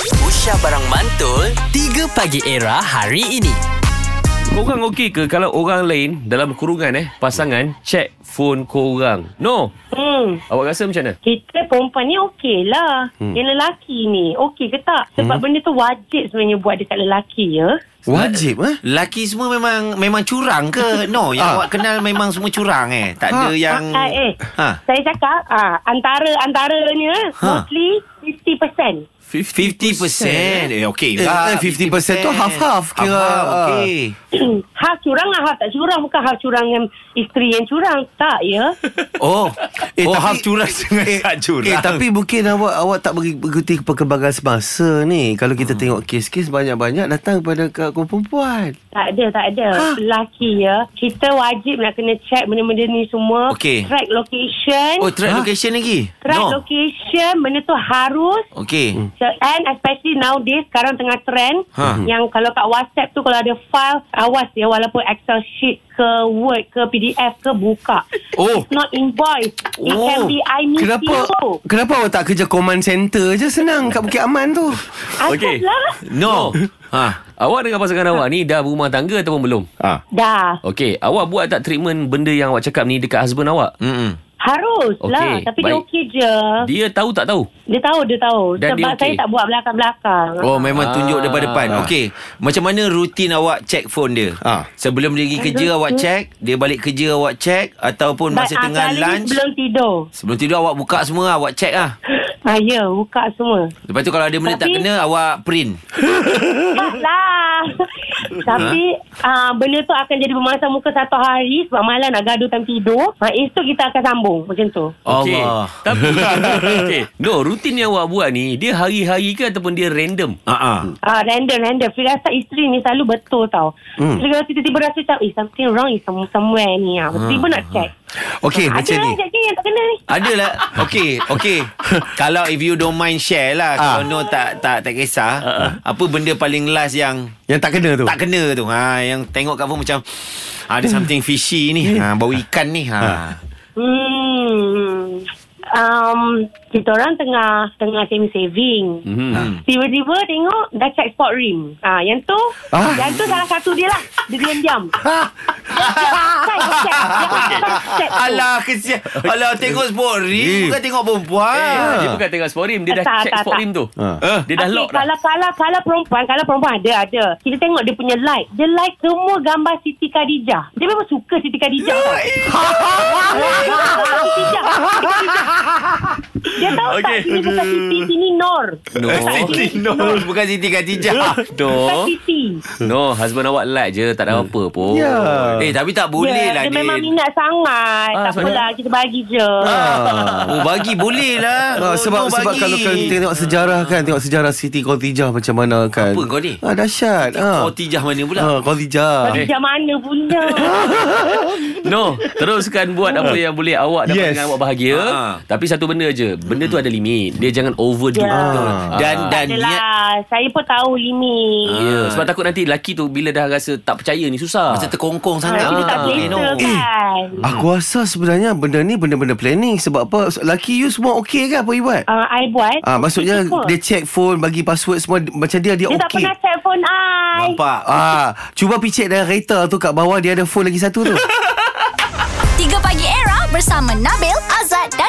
Aisyah Barang Mantul 3 Pagi Era hari ini Korang okey ke kalau orang lain dalam kurungan eh pasangan check phone korang? No. Hmm. Awak rasa macam mana? Kita perempuan ni okey lah. Hmm. Yang lelaki ni okey ke tak? Sebab hmm. benda tu wajib sebenarnya buat dekat lelaki ya. Wajib eh? Lelaki semua memang memang curang ke? No, yang Ah. awak kenal memang semua curang eh. Tak ada yang Ah, ah, eh, ha. ha. saya cakap ah, antara-antaranya ha. Ha. mostly 50%. 50%. Eh okey. Eh, lah, eh, 50% tu half-half kira. Ah. Half-half, okey. hak curang lah, hak tak curang. Bukan hak curang yang isteri yang curang. Tak ya. Oh. Eh, oh, tapi- half curang dengan Eh, tak curang. eh, tapi mungkin awak awak tak mengikuti perkembangan semasa ni. Kalau kita Hmm. tengok kes-kes banyak-banyak datang kepada ke- kaum perempuan. Tak ada, tak ada. Ha. Lelaki ya. Kita wajib nak kena check benda-benda ni semua. Okey. Track location. Oh, track Ha? location lagi? track no. location. Benda tu harus Okey. Hmm. So, and especially nowadays sekarang tengah trend Ha. yang kalau kat WhatsApp tu kalau ada file awas ya walaupun Excel sheet ke Word ke PDF ke buka. Oh. It's not invoice. It Oh. can be I miss Kenapa you. kenapa awak tak kerja command center je senang kat Bukit Aman tu? Okey. Asaslah. No. ha. Awak dengan pasangan awak ni dah berumah tangga ataupun belum? Ha. Dah. Okey, awak buat tak treatment benda yang awak cakap ni dekat husband awak? Mm-mm. Harus lah. Okey, Tapi dia baik. okey je. Dia tahu tak tahu? Dia tahu, dia tahu. Dan dia Sebab okey. saya tak buat belakang-belakang. Oh memang Ah. tunjuk daripada depan Okey Macam mana rutin awak check phone dia Ah. Sebelum dia pergi Eh, kerja awak check Dia balik kerja awak check Ataupun But, masa ah, tengah kali ni lunch Sebelum tidur. Sebelum tidur awak buka semua Awak check lah Ah, ya, buka semua. Lepas tu kalau ada benda tak Tapi- kena Awak print Cepat lah Ha? Tapi uh, Benda tu akan jadi pemanasan muka satu hari Sebab malam nak gaduh time tidur Maiz tu kita akan sambung Macam tu Okey. Allah. Tapi okey. No, rutin yang awak buat ni dia hari-hari ke ataupun dia random? uh-uh. Ah, random, random. Firasat isteri ni selalu betul tau. Hmm. Kalau tiba-tiba rasa macam, eh, something wrong is some- somewhere ni. Ah. Tiba-tiba nak check. Okey, Ah, Hmm. ada Eh, macam ni. lah Ada yang tak kena ni. Adalah Okay Okay Kalau if you don't mind share lah Ah. Kalau no tak tak tak kisah Apa benda paling last yang Yang tak kena tu. Tak kena tu ha, Yang tengok kat phone macam "Ah, Ada Hmm. something fishy ni ha, Bau ikan ni Ah. ha. Hmm. Um, kita orang tengah tengah saving-saving. Ha. Hmm. Tiba-tiba tengok dah check spot rim. Ah, yang tu, ah. Ah. yang tu salah satu dia lah. Dia diam-diam. Kan, check, check. check tu. Alah kesian Alah tengok sport Eh. ring Bukan tengok perempuan Eh, dia bukan tengok sport rim, dia dah Tak, check tak, sport tak. rim tu. Ha. Eh. Dia dah Asyik lock dah. kalau, kalau, kalau perempuan Kalau perempuan ada ada Kita tengok dia punya like Dia like semua gambar Siti Khadijah Dia memang suka Siti Khadijah tau. Siti Khadijah Siti Khadijah. Dia Okey. tahu tak Sini bukan Siti Sini Nor No. Siti Nur Bukan Siti Khadijah Bukan No. Siti No, husband awak like je, tak ada Hmm. apa pun. Ya. Eh tapi tak boleh Ya, lah Dia memang dia minat sangat Ah, Tak sebab- apalah Kita bagi je Ah. Oh bagi boleh lah Ah, sebab no, sebab bagi. kalau, kalau kita tengok sejarah kan tengok sejarah Siti Khadijah macam mana kan. Apa kau ni? Ah dahsyat. Kau Ah. tijah mana pula Ah, Khadijah. Khadijah mana pula No, teruskan buat apa yang boleh awak dapat yes. Yes. dengan awak bahagia. Ha. Tapi satu benda je, benda tu ada limit. Dia jangan overdo. Ya. Yeah. Dan dan niat Adalah lah. Saya pun tahu limit Yeah. Sebab takut nanti lelaki tu bila dah rasa tak percaya ni susah. Masa terkongkong sangat Kita Ah, tak selesa kan Aku rasa sebenarnya benda ni benda-benda planning sebab apa laki you semua okey ke apa you buat? Ah, I buat Ah maksudnya Ikut. dia check phone bagi password semua d- macam dia dia, Dia tak okey. pernah telefon I. Nampak Ah cuba picit dalam kereta tu kat bawah dia ada phone lagi satu tu. 3 Pagi Era bersama Nabil, Azad dan